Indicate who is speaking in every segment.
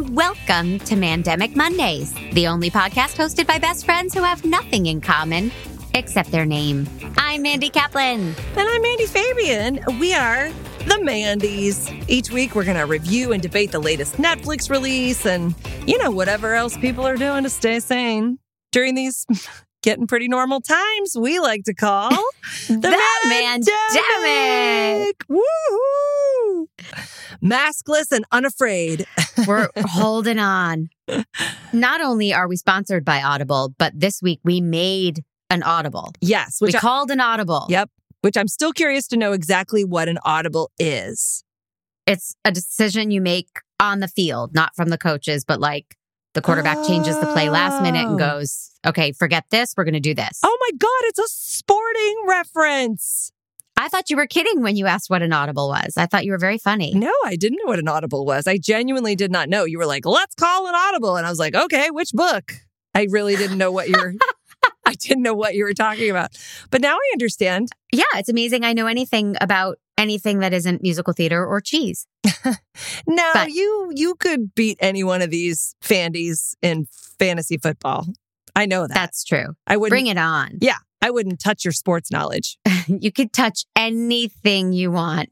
Speaker 1: Welcome to Mandemic Mondays, the only podcast hosted by best friends who have nothing in common except their name. I'm Mandy Kaplan.
Speaker 2: And I'm Mandy Fabian. We are the Mandies. Each week, we're going to review and debate the latest Netflix release and, you know, whatever else people are doing to stay sane during these getting pretty normal times we like to call
Speaker 1: the, Mandemic.
Speaker 2: Woo! Maskless and unafraid.
Speaker 1: We're holding on. Not only are we sponsored by Audible, but this week we made an Audible.
Speaker 2: Yes,
Speaker 1: We
Speaker 2: which I-
Speaker 1: called an Audible.
Speaker 2: Yep. Which I'm still curious to know exactly what an audible is.
Speaker 1: It's a decision you make on the field, not from the coaches, but like the quarterback changes the play last minute and
Speaker 2: Oh.
Speaker 1: goes, okay, forget this. We're going to do this.
Speaker 2: Oh my God, it's a sporting reference.
Speaker 1: I thought you were kidding when you asked what an Audible was. I thought you were very funny.
Speaker 2: No, I didn't know what an audible was. I genuinely did not know. You were like, let's call an audible. And I was like, okay, which book? I really didn't know what you're. I didn't know what you were talking about. But now I understand.
Speaker 1: Yeah, it's amazing. I know anything about anything that isn't musical theater or cheese.
Speaker 2: No,
Speaker 1: But-
Speaker 2: you you could beat any one of these fandies in fantasy football. I know that.
Speaker 1: That's true.
Speaker 2: I wouldn't
Speaker 1: Bring it on.
Speaker 2: Yeah. I wouldn't touch your sports knowledge.
Speaker 1: You could touch anything you want.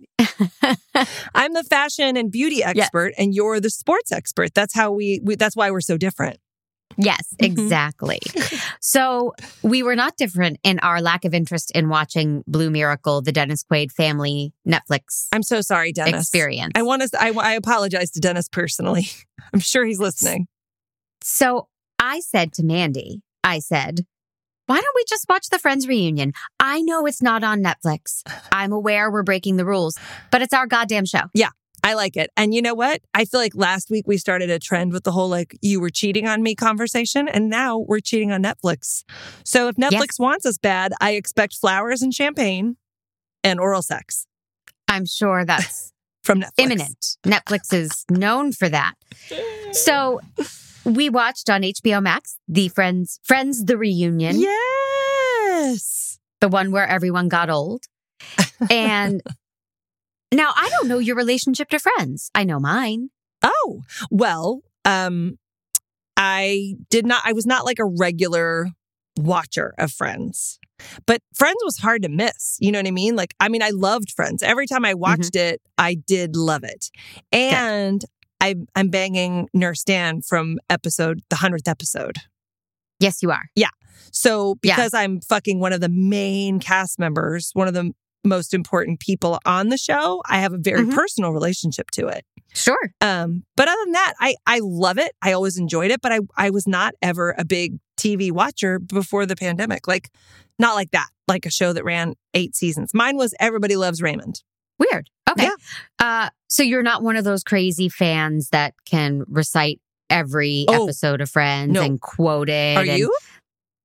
Speaker 2: I'm the fashion and beauty expert and you're the sports expert. That's how we, we that's why we're so different.
Speaker 1: Yes,
Speaker 2: Mhm.
Speaker 1: exactly. so we were not different in our lack of interest in watching Blue Miracle, the Dennis Quaid family Netflix
Speaker 2: I'm so sorry, Dennis.
Speaker 1: experience.
Speaker 2: I want to I, I apologize to Dennis personally. I'm sure he's listening.
Speaker 1: so I said to Mandy, I said, why don't we just watch the Friends reunion? I know it's not on Netflix. I'm aware we're breaking the rules, but it's our goddamn show.
Speaker 2: I like it. And you know what? I feel like last week we started a trend with the whole like you were cheating on me conversation and now we're cheating on Netflix. So if Netflix
Speaker 1: Yes.
Speaker 2: wants us bad, I expect flowers and champagne and oral sex
Speaker 1: I'm sure that's
Speaker 2: from Netflix.
Speaker 1: imminent. Netflix is known for that. So we watched on HBO Max the Friends Friends the Reunion,
Speaker 2: Yes.
Speaker 1: the one where everyone got old. And now I don't know your relationship to Friends. I know mine.
Speaker 2: Oh, well, um I did not I was not like a regular watcher of Friends. But Friends was hard to miss. You know what I mean? Like I mean I loved Friends. Every time I watched it, I did love it. And I I'm banging Nurse Dan from episode the 100th episode.
Speaker 1: Yes, you are.
Speaker 2: So
Speaker 1: Yeah.
Speaker 2: because I'm fucking one of the main cast members, one of the m- most important people on the show, I have a very
Speaker 1: Mhm.
Speaker 2: personal relationship to it.
Speaker 1: Sure.
Speaker 2: Um, but other than that, I I love it. I always enjoyed it, but I I was not ever a big TV watcher before the pandemic. Like, not like that. Like a show that ran eight seasons. Mine was Everybody Loves Raymond.
Speaker 1: Weird. Okay.
Speaker 2: Yeah.
Speaker 1: Uh, so you're not one of those crazy fans that can recite every
Speaker 2: Oh,
Speaker 1: episode of Friends
Speaker 2: no.
Speaker 1: and quote it.
Speaker 2: Are
Speaker 1: and-
Speaker 2: you?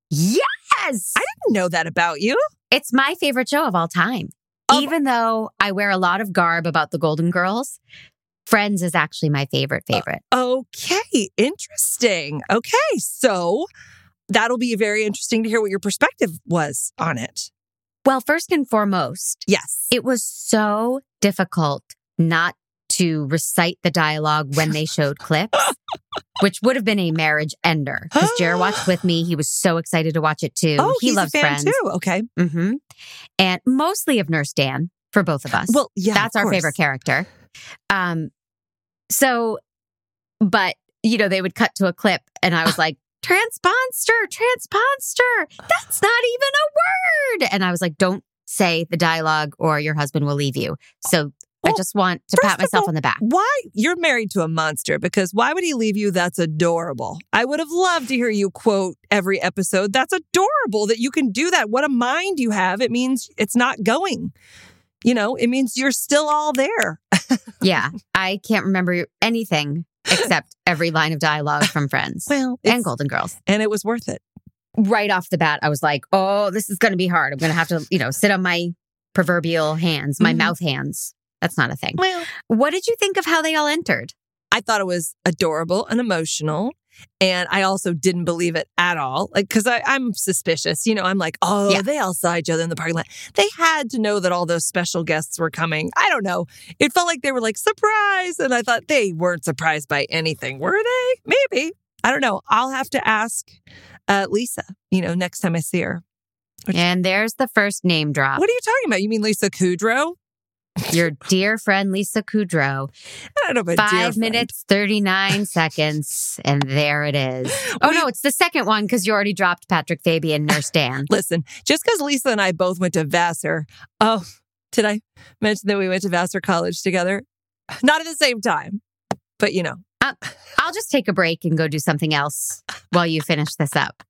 Speaker 1: Yes.
Speaker 2: I didn't know that about you.
Speaker 1: It's my favorite show of all time.
Speaker 2: Of-
Speaker 1: Even though I wear a lot of garb about the Golden Girls, Friends is actually my favorite
Speaker 2: Uh,
Speaker 1: favorite.
Speaker 2: Okay, interesting. Okay, so that'll be very interesting to hear what your perspective was on it.
Speaker 1: well, first and foremost,
Speaker 2: Yes.
Speaker 1: it was so difficult not to recite the dialogue when they showed clips, which would have been a marriage ender. Because Jer watched with me. He was so excited to watch it too.
Speaker 2: oh,
Speaker 1: he
Speaker 2: he's
Speaker 1: loves
Speaker 2: a fan
Speaker 1: Friends.
Speaker 2: too. Okay.
Speaker 1: hmm And mostly of Nurse Dan for both of us.
Speaker 2: Well, yeah,
Speaker 1: That's
Speaker 2: of
Speaker 1: our
Speaker 2: course.
Speaker 1: favorite character. Um, so, but you know, they would cut to a clip, and I was like, "Transponster, transponster. That's not even a word." And I was like, "Don't say the dialogue, or your husband will leave you." So I
Speaker 2: Well,
Speaker 1: just want to
Speaker 2: first
Speaker 1: pat
Speaker 2: of
Speaker 1: myself
Speaker 2: all,
Speaker 1: on the back.
Speaker 2: Why you're married to a monster? Because why would he leave you? That's adorable. I would have loved to hear you quote every episode. That's adorable that you can do that. What a mind you have. It means it's not going. You know, it means you're still all there.
Speaker 1: yeah, I can't remember anything except every line of dialogue from Friends
Speaker 2: Well,
Speaker 1: and
Speaker 2: it's,
Speaker 1: Golden Girls.
Speaker 2: and it was worth it.
Speaker 1: right off the bat, I was like, oh, this is going to be hard. I'm going to have to, you know, sit on my proverbial hands, my
Speaker 2: Mhm.
Speaker 1: mouth hands. That's not a thing.
Speaker 2: Well,
Speaker 1: What did you think of how they all entered?
Speaker 2: I thought it was adorable and emotional. And I also didn't believe it at all. Like, cause I, I'm suspicious, you know, I'm like, oh,
Speaker 1: Yeah.
Speaker 2: they all saw each other in the parking lot. They had to know that all those special guests were coming. I don't know. It felt like they were like, surprise. And I thought they weren't surprised by anything, were they? Maybe. I don't know. I'll have to ask uh, Lisa, you know, next time I see her.
Speaker 1: And there's the first name drop.
Speaker 2: What are you talking about? You mean Lisa Kudrow?
Speaker 1: Your dear friend Lisa Kudrow.
Speaker 2: I don't know about dear
Speaker 1: Five
Speaker 2: friend.
Speaker 1: minutes, 39 seconds, and there it is. Oh,
Speaker 2: We-
Speaker 1: no, it's the second one because you already dropped Patrick Fabian, Nurse Dan.
Speaker 2: Listen, just because Lisa and I both went to Vassar, oh, did I mention that we went to Vassar College together? Not at the same time, but you know.
Speaker 1: I'll just take a break and go do something else while you finish this up.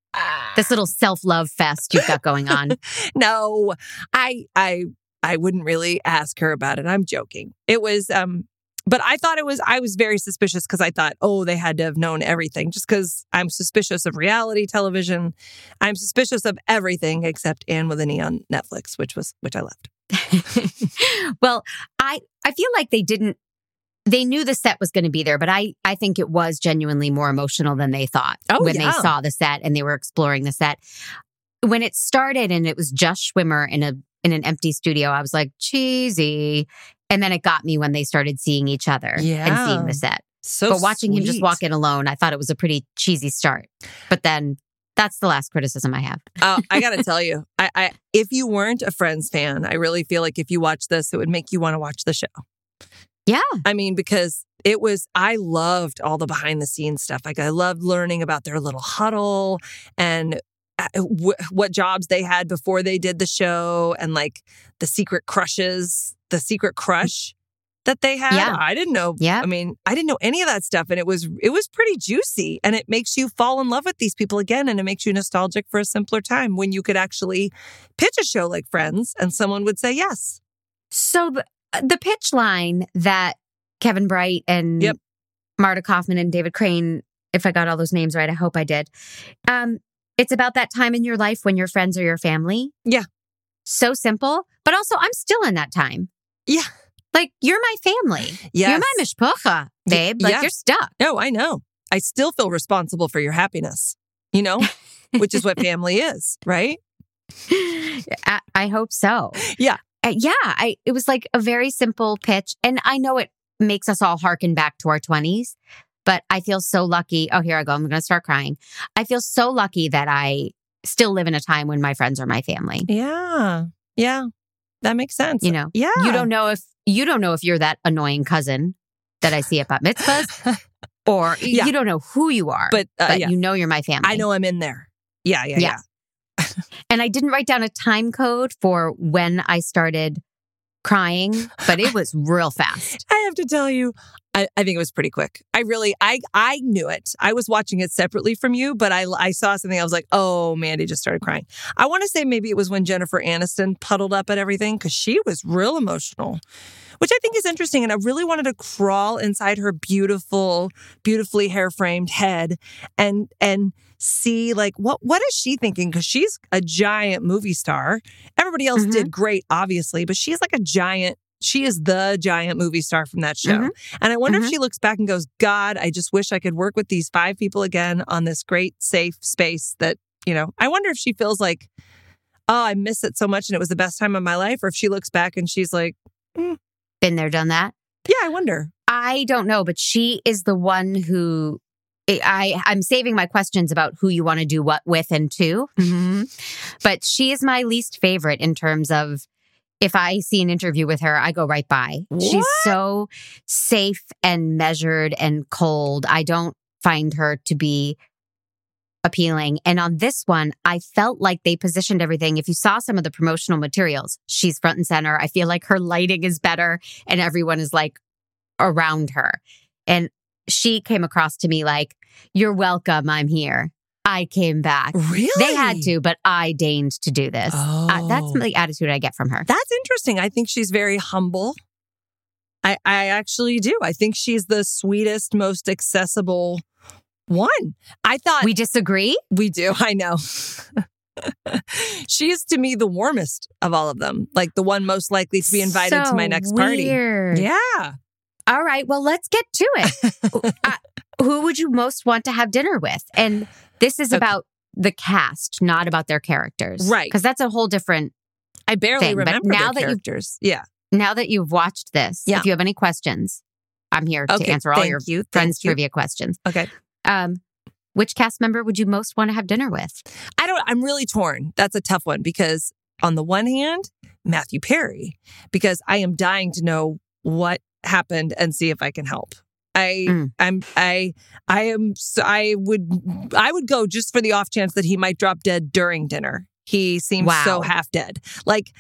Speaker 1: This little self love fest you've got going on.
Speaker 2: no, I, I, I wouldn't really ask her about it. I'm joking. It was, um, but I thought it was. I was very suspicious because I thought, oh, they had to have known everything. Just because I'm suspicious of reality television, I'm suspicious of everything except Anne with an E on Netflix, which was which I loved.
Speaker 1: well, I I feel like they didn't they knew the set was going to be there, but I I think it was genuinely more emotional than they thought
Speaker 2: Oh,
Speaker 1: when
Speaker 2: yeah.
Speaker 1: they saw the set and they were exploring the set. When it started and it was Josh Schwimmer in a in an empty studio, I was like, cheesy. And then it got me when they started seeing each other and
Speaker 2: Yeah.
Speaker 1: seeing the set.
Speaker 2: So,
Speaker 1: but watching him just
Speaker 2: sweet.
Speaker 1: walk in alone, I thought it was a pretty cheesy start. But then that's the last criticism I have.
Speaker 2: Oh, I gotta tell you, I, I if you weren't a Friends fan, I really feel like if you watch this, it would make you want to watch the show.
Speaker 1: Yeah.
Speaker 2: I mean, because it was I loved all the behind the scenes stuff. Like I loved learning about their little huddle and uh, w- what jobs they had before they did the show, and like the secret crushes, the secret crush that they had.
Speaker 1: Yeah.
Speaker 2: I didn't know
Speaker 1: Yeah.
Speaker 2: I mean, I didn't know any of that stuff, and it was it was pretty juicy, and it makes you fall in love with these people again, and it makes you nostalgic for a simpler time when you could actually pitch a show like Friends, and someone would say yes.
Speaker 1: So the, uh, the pitch line that Kevin Bright and
Speaker 2: Yep.
Speaker 1: Marta Kaufman and David Crane, if I got all those names right, I hope I did. Um, it's about that time in your life when your friends are your family.
Speaker 2: Yeah.
Speaker 1: So simple, but also I'm still in that time.
Speaker 2: Yeah.
Speaker 1: Like you're my family.
Speaker 2: Yes.
Speaker 1: You're my mishpucha, babe. Like
Speaker 2: yeah.
Speaker 1: you're stuck.
Speaker 2: no, I know. I still feel responsible for your happiness. You know, which is what family is, right?
Speaker 1: I, I hope so.
Speaker 2: Yeah.
Speaker 1: Uh, yeah. I it was like a very simple pitch, and I know it makes us all harken back to our twenties, but I feel so lucky. Oh, here I go. I'm going to start crying. I feel so lucky that I still live in a time when my friends are my family.
Speaker 2: Yeah, yeah, that makes sense.
Speaker 1: You know,
Speaker 2: yeah,
Speaker 1: you don't know if you don't know if you're that annoying cousin that I see at bat mitzvahs, or
Speaker 2: Yeah.
Speaker 1: you don't know who you are,
Speaker 2: but, uh,
Speaker 1: but
Speaker 2: yeah,
Speaker 1: you know you're my family.
Speaker 2: I know I'm in there. Yeah, yeah, yeah.
Speaker 1: Yeah. And I didn't write down a time code for when I started crying, but it was real fast.
Speaker 2: I have to tell you, I, I think it was pretty quick. I really, I, I knew it. I was watching it separately from you, but I, I saw something. I was like, oh, Mandy just started crying. I want to say maybe it was when Jennifer Aniston puddled up at everything because she was real emotional, which I think is interesting. And I really wanted to crawl inside her beautiful, beautifully hair framed head and and see like what what is she thinking? Because she's a giant movie star. Everybody else
Speaker 1: Mhm.
Speaker 2: did great, obviously, but she's like a giant she is the giant movie star from that show.
Speaker 1: Mhm.
Speaker 2: And I wonder if
Speaker 1: Mhm.
Speaker 2: she looks back and goes, God, I just wish I could work with these five people again on this great, safe space that, you know, I wonder if she feels like, oh, I miss it so much and it was the best time of my life. Or if she looks back and she's like,
Speaker 1: Been there, done that.
Speaker 2: yeah, I wonder.
Speaker 1: I don't know, but she is the one who eh, I I'm saving my questions about who you want to do what with and to. But she is my least favorite in terms of if I see an interview with her, I go right by.
Speaker 2: What?
Speaker 1: She's so safe and measured and cold. I don't find her to be appealing. And on this one, I felt like they positioned everything. If you saw some of the promotional materials, she's front and center. I feel like her lighting is better and everyone is like around her. And she came across to me like, You're welcome. I'm here. I came back.
Speaker 2: Really?
Speaker 1: They had to, but I deigned to do this.
Speaker 2: Oh.
Speaker 1: Uh, that's the attitude I get from her.
Speaker 2: That's interesting. I think she's very humble. I, I actually do. I think she's the sweetest, most accessible one. I thought
Speaker 1: We disagree.
Speaker 2: We do. I know. she is to me the warmest of all of them, like the one most likely to be invited to
Speaker 1: So
Speaker 2: my next party.
Speaker 1: weird.
Speaker 2: Yeah.
Speaker 1: All right. Well, let's get to it. I, uh, who would you most want to have dinner with? And this is
Speaker 2: Okay.
Speaker 1: about the cast, not about their characters.
Speaker 2: Right.
Speaker 1: Because that's a whole different.
Speaker 2: I barely
Speaker 1: thing, but
Speaker 2: remember
Speaker 1: now
Speaker 2: the
Speaker 1: that you've-
Speaker 2: characters. yeah.
Speaker 1: Now that you've watched this,
Speaker 2: Yeah.
Speaker 1: if you have any questions, I'm here to
Speaker 2: Okay,
Speaker 1: answer all
Speaker 2: thank
Speaker 1: your
Speaker 2: you, thank
Speaker 1: friends'
Speaker 2: you.
Speaker 1: trivia questions.
Speaker 2: Okay.
Speaker 1: Um, which cast member would you most want to have dinner with?
Speaker 2: I don't. I'm really torn. That's a tough one because on the one hand, Matthew Perry, because I am dying to know what happened and see if I can help. I
Speaker 1: Mm.
Speaker 2: I'm I I am so I would I would go just for the off chance that he might drop dead during dinner. He seems
Speaker 1: Wow.
Speaker 2: so half dead. Like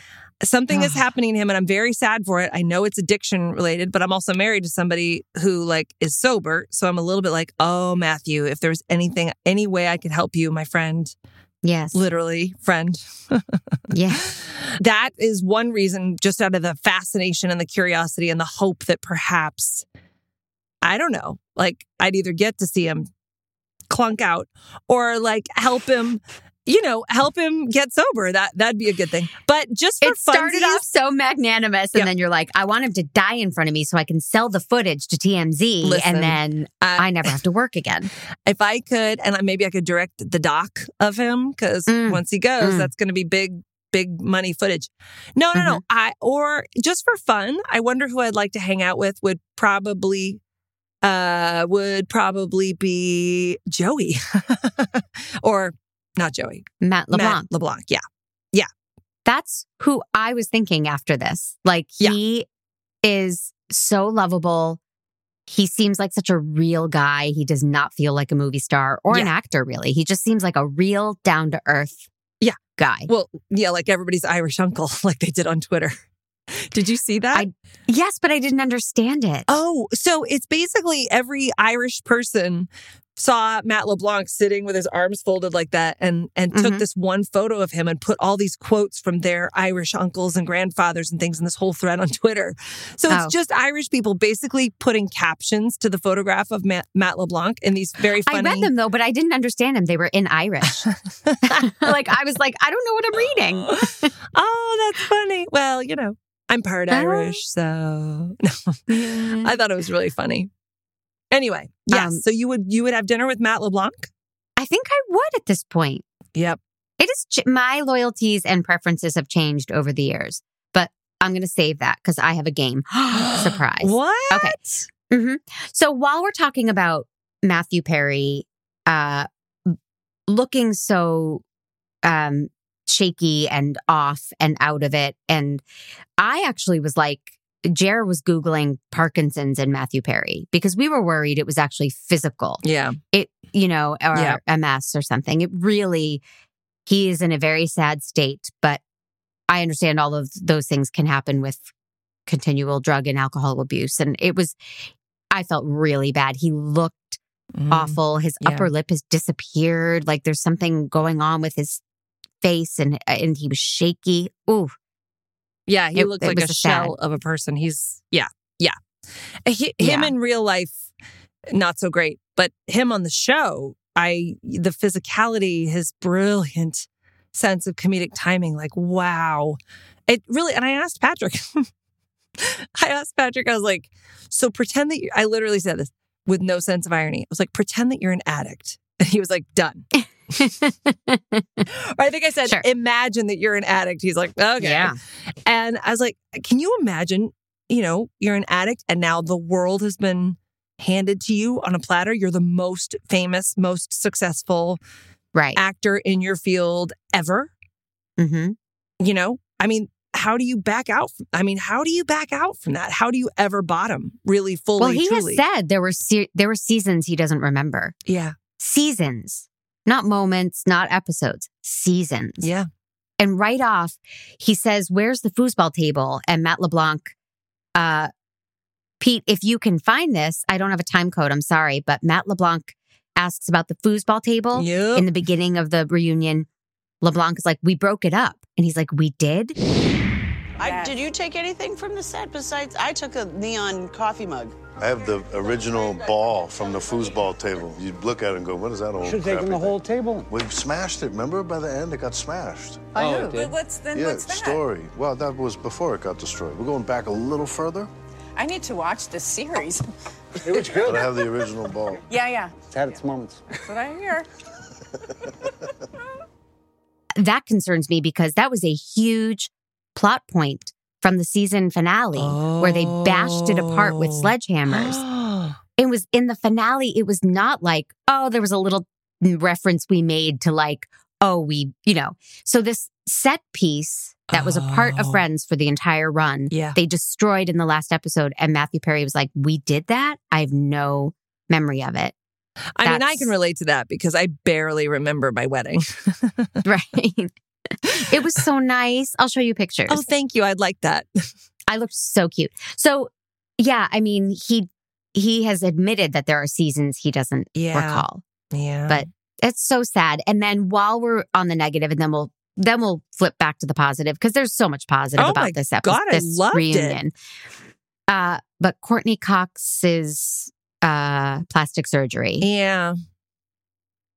Speaker 2: something is
Speaker 1: Ugh.
Speaker 2: happening to him and I'm very sad for it. I know it's addiction related, but I'm also married to somebody who like is sober, so I'm a little bit like, "Oh, Matthew, if there's anything any way I could help you, my friend,
Speaker 1: Yes.
Speaker 2: literally friend
Speaker 1: Yeah.
Speaker 2: that is one reason just out of the fascination and the curiosity and the hope that perhaps i don't know like i'd either get to see him clunk out or like help him you know help him get sober that that'd be a good thing but just for
Speaker 1: It started
Speaker 2: funsies-
Speaker 1: off so magnanimous, and
Speaker 2: Yep.
Speaker 1: then you're like, I want him to die in front of me so I can sell the footage to TMZ,
Speaker 2: Listen,
Speaker 1: and then
Speaker 2: uh,
Speaker 1: I never have to work again.
Speaker 2: if I could, and I- maybe I could direct the doc of him because
Speaker 1: Mm.
Speaker 2: once he goes,
Speaker 1: Mm.
Speaker 2: that's going to be big, big money footage. No, no, no.
Speaker 1: Mm-hmm.
Speaker 2: I or just for fun, I wonder who I'd like to hang out with would probably uh would probably be Joey or not Joey
Speaker 1: Matt
Speaker 2: Matt
Speaker 1: LeBlanc.
Speaker 2: LeBlanc. Yeah,
Speaker 1: that's who I was thinking after this. Like
Speaker 2: Yeah.
Speaker 1: he is so lovable. He seems like such a real guy. He does not feel like a movie star or an actor, really. He just seems like a real down to earth
Speaker 2: Yeah.
Speaker 1: guy.
Speaker 2: well, yeah, like everybody's Irish uncle, like they did on Twitter. Did you see that?
Speaker 1: I- yes, but I didn't understand it.
Speaker 2: Oh, so it's basically every Irish person saw Matt LeBlanc sitting with his arms folded like that and and took
Speaker 1: Mhm.
Speaker 2: this one photo of him and put all these quotes from their Irish uncles and grandfathers and things in this whole thread on Twitter. So it's
Speaker 1: Oh.
Speaker 2: just Irish people basically putting captions to the photograph of Matt, Matt LeBlanc in these very funny
Speaker 1: I read them though, but I didn't understand them. They were in Irish. like I was like, I don't know what I'm reading.
Speaker 2: oh, that's funny. Well, you know, I'm part
Speaker 1: Oh. Mm.
Speaker 2: Irish, so I thought it was really funny. Anyway, yeah.
Speaker 1: Um,
Speaker 2: so you would you would have dinner with Matt LeBlanc?
Speaker 1: I think I would at this point.
Speaker 2: Yep.
Speaker 1: It is ch- my loyalties and preferences have changed over the years, but I'm going to save that because I have a game surprise.
Speaker 2: What?
Speaker 1: Okay. hmm So while we're talking about Matthew Perry uh, looking so um, shaky and off and out of it, and I actually was like, Jer was Googling Parkinson's and Matthew Perry because we were worried it was actually physical
Speaker 2: Yeah.
Speaker 1: it you know or
Speaker 2: Yeah.
Speaker 1: ms or something it really he is in a very sad state but i understand all of those things can happen with continual drug and alcohol abuse and it was i felt really bad he looked Mm-hmm. awful his
Speaker 2: Mm, yeah.
Speaker 1: upper lip has disappeared like there's something going on with his face and uh, and he was shaky ooh
Speaker 2: Yeah, he
Speaker 1: It-
Speaker 2: looks
Speaker 1: it
Speaker 2: like a
Speaker 1: was sad.
Speaker 2: shell of a person. He's yeah, yeah. He, him
Speaker 1: Yeah.
Speaker 2: in real life, not so great, but him on the show, I the physicality, his brilliant sense of comedic timing, like wow, it really. And I asked Patrick, I asked Patrick, I was like, so pretend that you. I literally said this with no sense of irony. I was like, pretend that you're an addict, and he was like, done. Or I think I said,
Speaker 1: Sure.
Speaker 2: imagine that you're an addict. He's like, okay.
Speaker 1: yeah
Speaker 2: And I was like, can you imagine, you know, you're an addict and now the world has been handed to you on a platter. You're the most famous, most successful
Speaker 1: right
Speaker 2: actor in your field ever,
Speaker 1: mm-hmm.
Speaker 2: you know? I mean, how do you back out? From, I mean, how do you back out from that? How do you ever bottom really fully
Speaker 1: well he
Speaker 2: truly?
Speaker 1: has said there were se- there were seasons he doesn't remember
Speaker 2: yeah.
Speaker 1: seasons, not moments, not episodes, seasons.
Speaker 2: Yeah.
Speaker 1: And right off, he says, Where's the foosball table? And Matt LeBlanc, uh, Pete, if you can find this, I don't have a time code, I'm sorry, but Matt LeBlanc asks about the foosball table
Speaker 2: Yep.
Speaker 1: in the beginning of the reunion. LeBlanc is like, We broke it up. And he's like, We did?
Speaker 3: I, did you take anything from the set besides? I took a neon coffee mug.
Speaker 4: I have the original ball from the foosball table. You look at it and go, what is that old
Speaker 5: Should have taken
Speaker 4: crappy
Speaker 5: the whole
Speaker 4: thing?"
Speaker 5: table.
Speaker 4: We smashed it. Remember, by the end, it got smashed.
Speaker 6: oh, it did.
Speaker 7: But what's then?
Speaker 4: yeah,
Speaker 7: what's that?
Speaker 4: story. Well, that was before it got destroyed. We're going back a little further.
Speaker 7: I need to watch this series.
Speaker 5: It was good.
Speaker 4: But I have the original ball.
Speaker 3: Yeah, yeah.
Speaker 5: It's had its moments.
Speaker 3: That's what I hear.
Speaker 1: That concerns me because that was a huge plot point from the season finale where they bashed it apart with
Speaker 2: Oh.
Speaker 1: sledgehammers. it was in the finale it was not like oh there was a little reference we made to like oh we you know so this set piece that was a part
Speaker 2: Oh.
Speaker 1: of friends for the entire run
Speaker 2: yeah.
Speaker 1: they destroyed in the last episode and matthew perry was like we did that i have no memory of it
Speaker 2: I mean, I
Speaker 1: that's-
Speaker 2: can relate to that because I barely remember my wedding.
Speaker 1: right it was so nice i'll show you pictures
Speaker 2: oh, thank you. I'd like that.
Speaker 1: i looked so cute so yeah i mean he he has admitted that there are seasons he doesn't
Speaker 2: Yeah.
Speaker 1: recall
Speaker 2: Yeah.
Speaker 1: But- It's so sad. And then while we're on the negative, and then we'll then we'll flip back to the positive because there's so much positive
Speaker 2: Oh my
Speaker 1: about this episode,
Speaker 2: God, I
Speaker 1: this
Speaker 2: loved it.
Speaker 1: reunion. Uh, but Courtney Cox's uh, plastic surgery,
Speaker 2: yeah.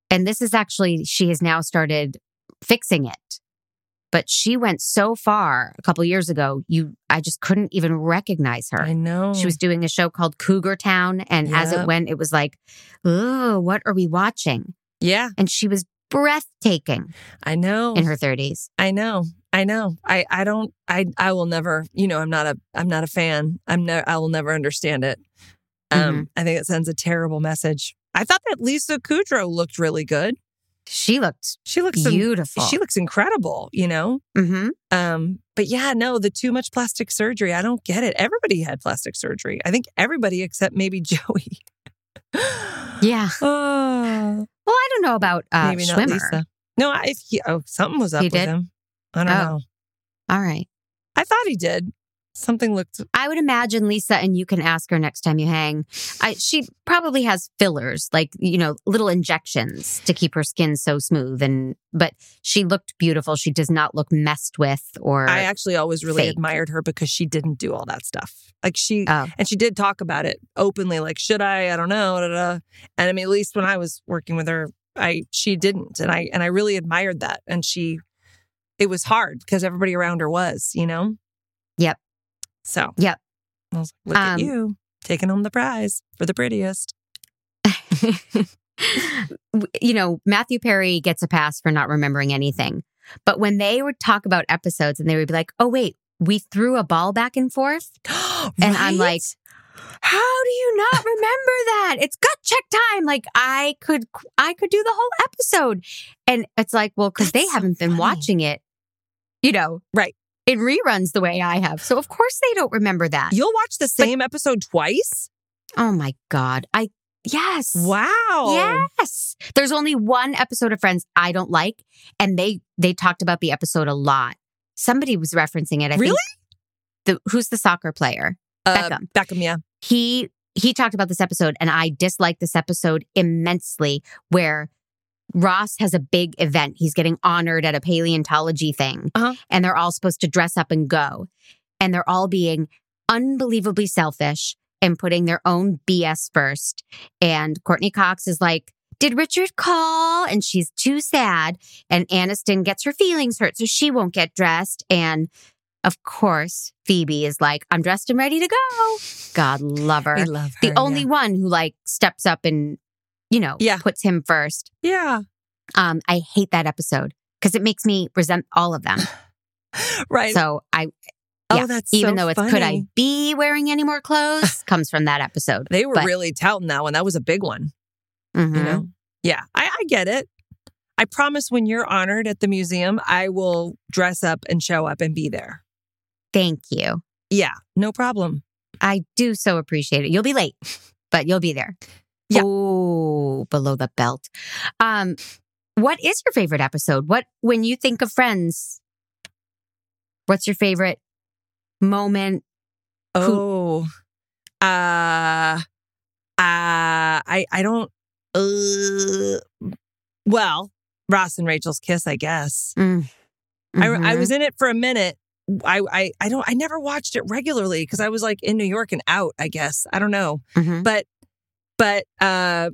Speaker 1: and this is actually she has now started fixing it, but she went so far a couple years ago. You, I just couldn't even recognize her.
Speaker 2: I know.
Speaker 1: She was doing a show called Cougar Town, and as
Speaker 2: Yep.
Speaker 1: it went, it was like, oh, what are we watching?
Speaker 2: Yeah.
Speaker 1: And she was breathtaking.
Speaker 2: I know.
Speaker 1: in her 30s.
Speaker 2: I know. I know. I, I don't I I will never, you know, I'm not a I'm not a fan. I'm no I will never understand it. Um
Speaker 1: Mm-hmm.
Speaker 2: I think it sends a terrible message. I thought that Lisa Kudrow looked really good.
Speaker 1: She looked
Speaker 2: She looks in-
Speaker 1: beautiful.
Speaker 2: she looks incredible, you know?
Speaker 1: hmm
Speaker 2: Um but yeah, no, the too much plastic surgery. I don't get it. Everybody had plastic surgery. I think everybody except maybe Joey.
Speaker 1: Yeah.
Speaker 2: Oh,
Speaker 1: Well, I don't know about uh,
Speaker 2: maybe not
Speaker 1: Schwimmer.
Speaker 2: Lisa. No, I, if he, oh, something was up
Speaker 1: He
Speaker 2: with
Speaker 1: did?
Speaker 2: him. I don't
Speaker 1: Oh.
Speaker 2: know.
Speaker 1: All right.
Speaker 2: I thought he did. Something looked.
Speaker 1: I would imagine Lisa, and you can ask her next time you hang. I, she probably has fillers, like you know, little injections to keep her skin so smooth. And but she looked beautiful. She does not look messed with or
Speaker 2: I actually always really
Speaker 1: fake.
Speaker 2: admired her because she didn't do all that stuff. Like she
Speaker 1: Oh.
Speaker 2: and she did talk about it openly. Like should I? I don't know. Da, da, da. And I mean, at least when I was working with her, I she didn't, and I and I really admired that. And she, it was hard because everybody around her was, you know.
Speaker 1: Yep.
Speaker 2: So.
Speaker 1: Yep.
Speaker 2: I was like, Look
Speaker 1: Um,
Speaker 2: at you taking home the prize for the prettiest.
Speaker 1: oh. you know, Matthew Perry gets a pass for not remembering anything. But when they would talk about episodes and they would be like, oh, wait, we threw a ball back and forth. And I'm like, how do you not remember that? It's gut check time. Like I could, I could do the whole episode. And it's like, well, because they
Speaker 2: That's so
Speaker 1: haven't been
Speaker 2: funny.
Speaker 1: watching it, you know,
Speaker 2: Right.
Speaker 1: in reruns the way I have. So of course they don't remember that.
Speaker 2: you'll watch the same episode twice.
Speaker 1: Oh my God. I, yes.
Speaker 2: Wow.
Speaker 1: Yes. There's only one episode of Friends I don't like, and they they talked about the episode a lot. Somebody was referencing it. I
Speaker 2: Really?
Speaker 1: Think the, who's the soccer player?
Speaker 2: Uh,
Speaker 1: Beckham.
Speaker 2: Beckham, yeah.
Speaker 1: He he talked about this episode, and I disliked this episode immensely. Where Ross has a big event. He's getting honored at a paleontology thing,
Speaker 2: Uh-huh.
Speaker 1: and they're all supposed to dress up and go, and they're all being unbelievably selfish and putting their own BS first. And Courtney Cox is like, "Did Richard call?" And she's too sad. And Aniston gets her feelings hurt, so she won't get dressed. And of course, Phoebe is like, "I'm dressed and ready to go." God love her.
Speaker 2: We love
Speaker 1: The
Speaker 2: her,
Speaker 1: only one who like steps up and you know
Speaker 2: Yeah.
Speaker 1: puts him first.
Speaker 2: yeah.
Speaker 1: Um, I hate that episode because it makes me resent all of them.
Speaker 2: yeah. Right.
Speaker 1: so I,
Speaker 2: oh,
Speaker 1: yeah,
Speaker 2: that's
Speaker 1: even
Speaker 2: so
Speaker 1: though it's
Speaker 2: funny.
Speaker 1: could I be wearing any more clothes comes from that episode.
Speaker 2: They were
Speaker 1: but-
Speaker 2: really touting that one. That was a big one.
Speaker 1: Mhm.
Speaker 2: You know. Yeah, I, I get it. I promise when you're honored at the museum, I will dress up and show up and be there.
Speaker 1: Thank you.
Speaker 2: Yeah, no problem.
Speaker 1: I do so appreciate it. You'll be late, but you'll be there.
Speaker 2: Yeah.
Speaker 1: Oh, below the belt. Um, what is your favorite episode? What when you think of Friends? What's your favorite moment?
Speaker 2: Oh, uh, uh, I I don't. Uh, well, Ross and Rachel's kiss, I guess. I, I
Speaker 1: Mhm.
Speaker 2: was in it for a minute. I, I I don't I never watched it regularly because I was like in New York and out. I guess I don't know,
Speaker 1: Mhm.
Speaker 2: but but uh,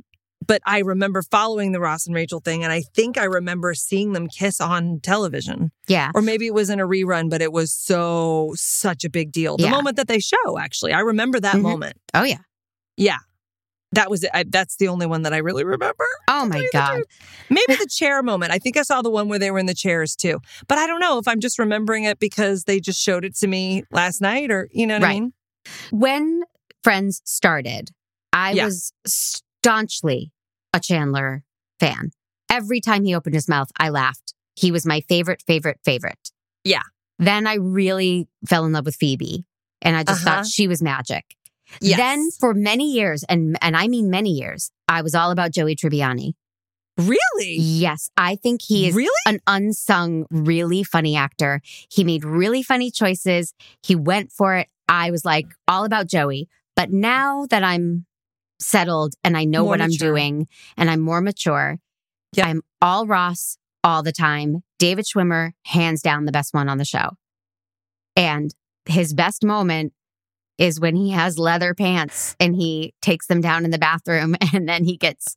Speaker 2: but I remember following the Ross and Rachel thing, and I think I remember seeing them kiss on television,
Speaker 1: yeah.
Speaker 2: or maybe it was in a rerun. But it was so such a big deal. The
Speaker 1: Yeah.
Speaker 2: moment that they show, actually, I remember that
Speaker 1: Mhm.
Speaker 2: moment.
Speaker 1: Oh yeah.
Speaker 2: Yeah, That was it. I, that's the only one that I really remember.
Speaker 1: Oh my
Speaker 2: you the
Speaker 1: God.
Speaker 2: Maybe the chair moment. I think I saw the one where they were in the chairs too. But I don't know if I'm just remembering it because they just showed it to me last night or, you know what I
Speaker 1: Right.
Speaker 2: mean?
Speaker 1: When Friends started, I
Speaker 2: Yeah.
Speaker 1: was staunchly a Chandler fan. Every time he opened his mouth, I laughed. He was my favorite, favorite, favorite.
Speaker 2: Yeah.
Speaker 1: Then I really fell in love with Phoebe and I just
Speaker 2: Uh-huh.
Speaker 1: thought she was magic. Then
Speaker 2: Yes.
Speaker 1: for many years, and and I mean many years, I was all about Joey Tribbiani.
Speaker 2: really?
Speaker 1: Yes, I think he is
Speaker 2: really?
Speaker 1: an unsung, really funny actor. He made really funny choices. He went for it. I was like all about Joey. But now that I'm settled and I know
Speaker 2: More
Speaker 1: what
Speaker 2: mature.
Speaker 1: I'm doing and I'm more mature,
Speaker 2: Yeah.
Speaker 1: I'm all Ross all the time. David Schwimmer, hands down the best one on the show. And his best moment is when he has leather pants and he takes them down in the bathroom and then he gets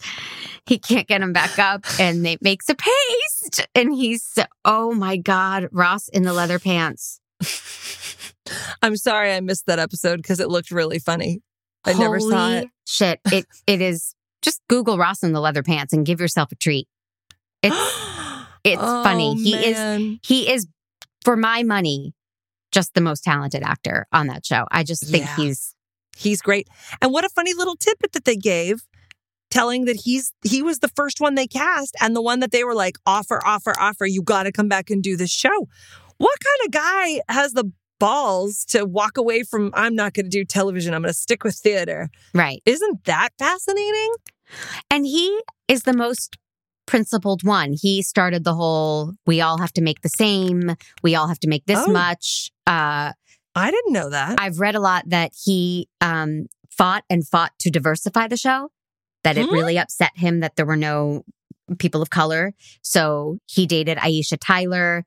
Speaker 1: he can't get them back up and it makes a paste and he's so- oh my god ross in the leather pants
Speaker 2: I'm sorry I missed that episode because it looked really funny. I never saw
Speaker 1: Holy
Speaker 2: it.
Speaker 1: shit it it is just google ross in the leather pants and give yourself a treat it's it's
Speaker 2: Oh,
Speaker 1: funny. He is-
Speaker 2: is.
Speaker 1: he is for my money just the most talented actor on that show i just think
Speaker 2: Yeah.
Speaker 1: he's
Speaker 2: He's great. And what a funny little tidbit that they gave telling that he's he was the first one they cast and the one that they were like offer offer offer you got to come back and do this show. What kind of guy has the balls to walk away from I'm not going to do television. I'm going to stick with theater.
Speaker 1: right
Speaker 2: Isn't that fascinating?
Speaker 1: and he is the most principled one he started the whole we all have to make the same we all have to make this
Speaker 2: Oh.
Speaker 1: much uh
Speaker 2: I didn't know that.
Speaker 1: I've read a lot that he um, fought and fought to diversify the show, that it
Speaker 2: Hmm?
Speaker 1: really upset him that there were no people of color. So he dated Aisha Tyler.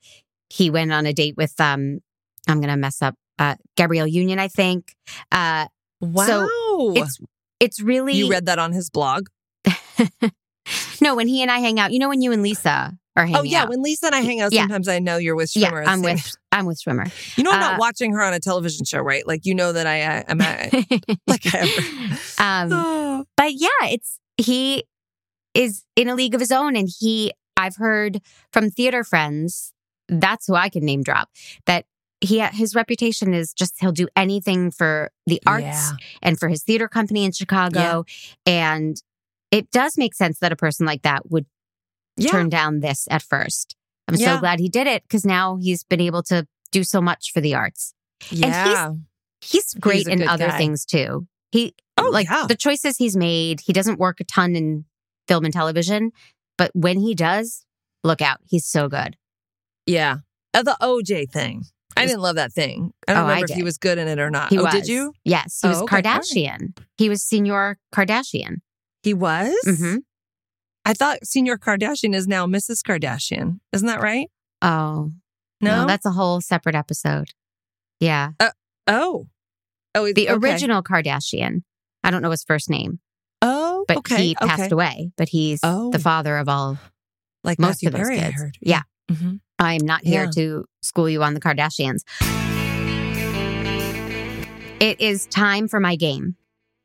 Speaker 1: He went on a date with, um, I'm going to mess up, uh, Gabrielle Union, I think. Uh,
Speaker 2: wow.
Speaker 1: it's it's really
Speaker 2: you read that on his blog?
Speaker 1: no when he and I hang out. You know when you and Lisa are hanging
Speaker 2: Oh yeah,
Speaker 1: out.
Speaker 2: when Lisa and I hang out
Speaker 1: Yeah.
Speaker 2: sometimes I know you're with
Speaker 1: yeah,
Speaker 2: Shimmer.
Speaker 1: I'm with I'm with Swimmer.
Speaker 2: You know I'm
Speaker 1: uh,
Speaker 2: not watching her on a television show, right? Like you know that I uh, am I, like I
Speaker 1: um,
Speaker 2: Oh.
Speaker 1: but yeah, it's he is in a league of his own, and he I've heard from theater friends that's who I can name drop that he his reputation is just he'll do anything for the arts
Speaker 2: Yeah.
Speaker 1: and for his theater company in Chicago, and it does make sense that a person like that would
Speaker 2: Yeah.
Speaker 1: turn down this at first. I'm
Speaker 2: Yeah.
Speaker 1: so glad he did it because now he's been able to do so much for the arts. he's-
Speaker 2: Yeah.
Speaker 1: He's great
Speaker 2: a
Speaker 1: in
Speaker 2: good
Speaker 1: other
Speaker 2: guy.
Speaker 1: things too. He
Speaker 2: Oh,
Speaker 1: like
Speaker 2: yeah.
Speaker 1: the choices he's made. He doesn't work a ton in film and television, but when he does, look out. He's so good.
Speaker 2: yeah. Uh, the OJ thing. I didn't love that thing. I don't
Speaker 1: Oh, I
Speaker 2: remember if he
Speaker 1: did.
Speaker 2: was good in it or not.
Speaker 1: He
Speaker 2: oh,
Speaker 1: was.
Speaker 2: did you?
Speaker 1: Yes, he was
Speaker 2: Oh, okay. All right.
Speaker 1: Kardashian. He was Senior Kardashian.
Speaker 2: He was?
Speaker 1: Mhm.
Speaker 2: I thought Senior Kardashian is now Mrs. Kardashian. Isn't that right?
Speaker 1: Oh
Speaker 2: No.
Speaker 1: that's a whole separate episode. Yeah,
Speaker 2: Oh. Oh, it-
Speaker 1: the
Speaker 2: okay.
Speaker 1: original Kardashian. I don't know his first name,
Speaker 2: Oh,
Speaker 1: but
Speaker 2: okay.
Speaker 1: he passed
Speaker 2: okay.
Speaker 1: away. But he's
Speaker 2: Oh.
Speaker 1: the father of all.
Speaker 2: Like
Speaker 1: most
Speaker 2: Matthew
Speaker 1: of those
Speaker 2: Perry, I
Speaker 1: kids.
Speaker 2: heard.
Speaker 1: Yeah.
Speaker 2: Mhm.
Speaker 1: I'm not here
Speaker 2: Yeah.
Speaker 1: to school you on the Kardashians. It is time for my game.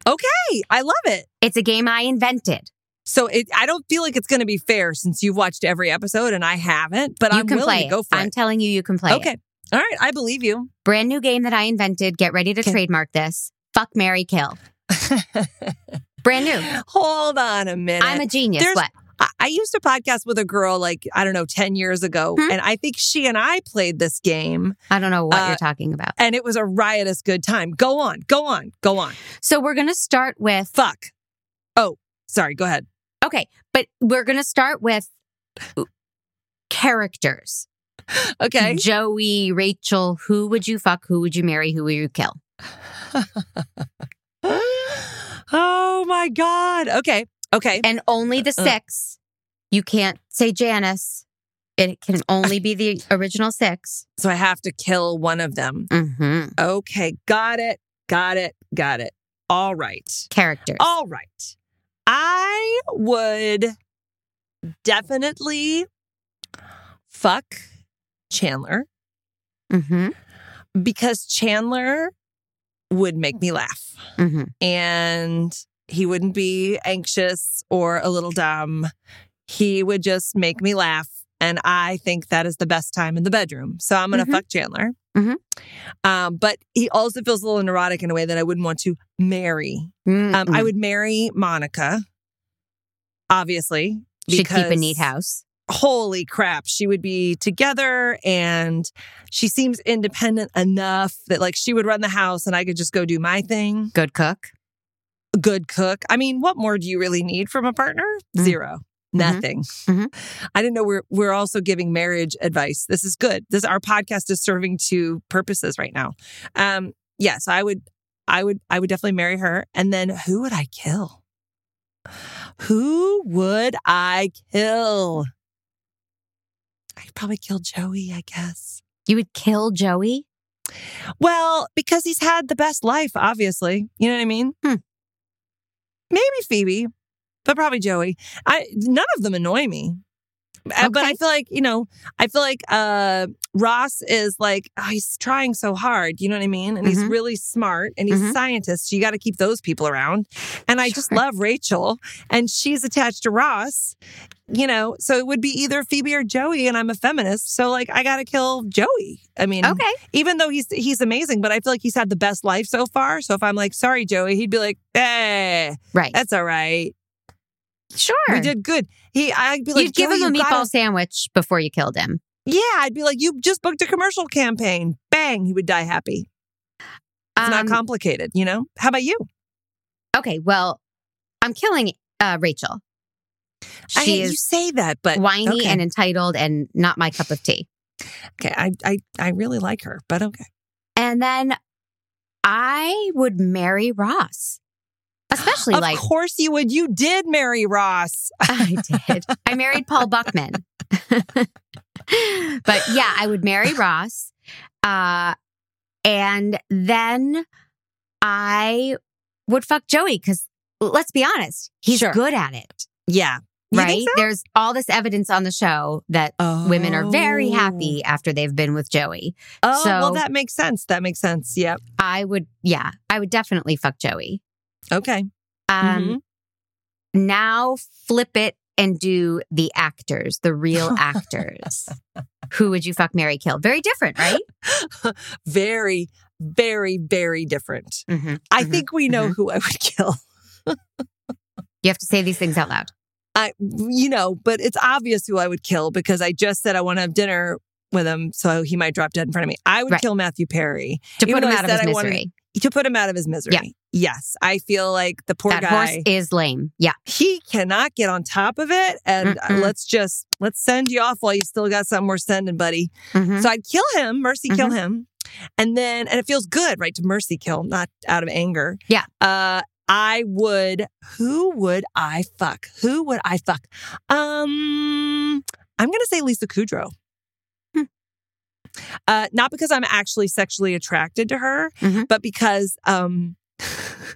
Speaker 2: Hey, I love it.
Speaker 1: It's a game I invented.
Speaker 2: So it, I don't feel like it's going to be fair since you've watched every episode and I haven't, but
Speaker 1: you
Speaker 2: I'm
Speaker 1: can
Speaker 2: willing
Speaker 1: play.
Speaker 2: to
Speaker 1: it.
Speaker 2: go for
Speaker 1: I'm
Speaker 2: it.
Speaker 1: telling you, you can play. it.
Speaker 2: okay. All right. I believe you.
Speaker 1: Brand new game that I invented. Get ready to
Speaker 2: Okay.
Speaker 1: trademark this. Fuck Mary Kill. Brand new.
Speaker 2: Hold on a minute.
Speaker 1: I'm a genius.
Speaker 2: There's-
Speaker 1: what?
Speaker 2: I, I used to podcast with a girl like I don't know 10 years ago
Speaker 1: Hmm.
Speaker 2: and I think she and I played this game
Speaker 1: I don't know what
Speaker 2: uh,
Speaker 1: you're talking about.
Speaker 2: and it was a riotous good time. Go on, go on, go on.
Speaker 1: So we're gonna start with
Speaker 2: Fuck. Oh, sorry, go ahead.
Speaker 1: okay, but we're gonna start with characters.
Speaker 2: Okay.
Speaker 1: Joey, Rachel, who would you fuck? Who would you marry? Who would you kill?
Speaker 2: oh my god. Okay. Okay.
Speaker 1: and only the
Speaker 2: Uh,
Speaker 1: six. You can't say Janice. It can only be the original 6
Speaker 2: So I have to kill one of them.
Speaker 1: Mm-hmm.
Speaker 2: Okay, got it. Got it. Got it. All right.
Speaker 1: Characters.
Speaker 2: All right. I would definitely fuck Chandler
Speaker 1: Mm-hmm.
Speaker 2: because Chandler would make me laugh.
Speaker 1: Mm-hmm.
Speaker 2: And He wouldn't be anxious or a little dumb. He would just make me laugh. And I think that is the best time in the bedroom. So I'm going to
Speaker 1: Mhm.
Speaker 2: fuck Chandler.
Speaker 1: Mhm.
Speaker 2: Um, but he also feels a little neurotic in a way that I wouldn't want to marry. Um, I would marry Monica, obviously.
Speaker 1: should keep a
Speaker 2: because-
Speaker 1: neat house.
Speaker 2: holy crap, she would be together and she seems independent enough that like she would run the house and I could just go do my thing.
Speaker 1: Good cook.
Speaker 2: Good cook. I mean, what more do you really need from a partner?
Speaker 1: Mm.
Speaker 2: 0 Nothing.
Speaker 1: Mhm.
Speaker 2: I didn't know we're we're also giving marriage advice. This is good. This our podcast is serving two purposes right now. Um, yes, I would I would I would definitely marry her. And then who would I kill? Who would I kill? I'd probably kill Joey, I guess.
Speaker 1: You would kill Joey?
Speaker 2: Well, because he's had the best life, obviously. You know what I mean?
Speaker 1: Hmm.
Speaker 2: Maybe Phoebe, but probably Joey. I none of them annoy me. Uh, But
Speaker 1: Okay.
Speaker 2: I feel like, you know, I feel like uh Ross is like, oh, he's trying so hard, you know what I mean? And he's
Speaker 1: Mhm.
Speaker 2: really smart and he's
Speaker 1: Mhm.
Speaker 2: a scientist. So you got to keep those people around. And I just
Speaker 1: Sure.
Speaker 2: love Rachel and she's attached to Ross, you know, so it would be either Phoebe or Joey and I'm a feminist. So like I got to kill Joey. I mean,
Speaker 1: Okay.
Speaker 2: even though he's he's amazing, but I feel like he's had the best life so far. So if I'm like, sorry, Joey, he'd be like, eh,
Speaker 1: Right.
Speaker 2: that's all right.
Speaker 1: sure.
Speaker 2: We did good. He, I'd be like,
Speaker 1: You'd give
Speaker 2: "Joey,
Speaker 1: him a
Speaker 2: you
Speaker 1: meatball
Speaker 2: gotta-"
Speaker 1: sandwich before you killed him.
Speaker 2: Yeah, I'd be like, you just booked a commercial campaign. Bang, he would die happy. It's not
Speaker 1: Um,
Speaker 2: complicated, you know. How about you?
Speaker 1: okay, well, I'm killing uh, Rachel.
Speaker 2: I hate
Speaker 1: She
Speaker 2: you
Speaker 1: is
Speaker 2: say that, but
Speaker 1: whiny
Speaker 2: okay.
Speaker 1: and entitled and not my cup of tea.
Speaker 2: okay, I, I, I really like her, but okay.
Speaker 1: And then I would marry Ross. Especially
Speaker 2: Of
Speaker 1: like
Speaker 2: course you would. You did marry Ross.
Speaker 1: I did. I married Paul Buckman. but yeah, I would marry Ross. Uh, and then I would fuck Joey because let's be honest, he's
Speaker 2: Sure.
Speaker 1: good at it.
Speaker 2: Yeah, You
Speaker 1: Right?
Speaker 2: think so?
Speaker 1: There's all this evidence on the show that women are very
Speaker 2: Oh.
Speaker 1: happy after they've been with Joey.
Speaker 2: Oh, well,
Speaker 1: So-
Speaker 2: that makes sense. That makes sense. Yep.
Speaker 1: I would, yeah, I would definitely fuck Joey.
Speaker 2: Okay.
Speaker 1: Um,
Speaker 2: Mhm.
Speaker 1: now flip it and do the actors, the real actors. Who would you fuck Mary Kill? Very different, right?
Speaker 2: very, very, very different.
Speaker 1: Mm-hmm.
Speaker 2: I
Speaker 1: Mhm,
Speaker 2: think we know
Speaker 1: mhm.
Speaker 2: who I would kill.
Speaker 1: You have to say these things out loud.
Speaker 2: I, you know, but it's obvious who I would kill because I just said I want to have dinner with him, so he might drop dead in front of me. I would
Speaker 1: Right.
Speaker 2: kill Matthew Perry
Speaker 1: To
Speaker 2: Even
Speaker 1: put him
Speaker 2: though I
Speaker 1: out of
Speaker 2: said
Speaker 1: his
Speaker 2: I wanted-
Speaker 1: misery.
Speaker 2: to put him out of his misery.
Speaker 1: Yeah.
Speaker 2: Yes, I feel like the poor
Speaker 1: That
Speaker 2: guy.
Speaker 1: horse is lame. Yeah.
Speaker 2: he cannot get on top of it, and uh,
Speaker 1: Mm-mm.
Speaker 2: let's just let's send you off while you still got something we're sending, buddy.
Speaker 1: Mhm.
Speaker 2: So I'd kill him, mercy kill him. And then, and it feels good, right, to mercy kill, not out of anger.
Speaker 1: Yeah.
Speaker 2: Uh, I would, who would I fuck? Who would I fuck? Um, I'm going to say Lisa Kudrow.
Speaker 1: Hmm.
Speaker 2: Uh, not because I'm actually sexually attracted to her,
Speaker 1: Mhm.
Speaker 2: but because um,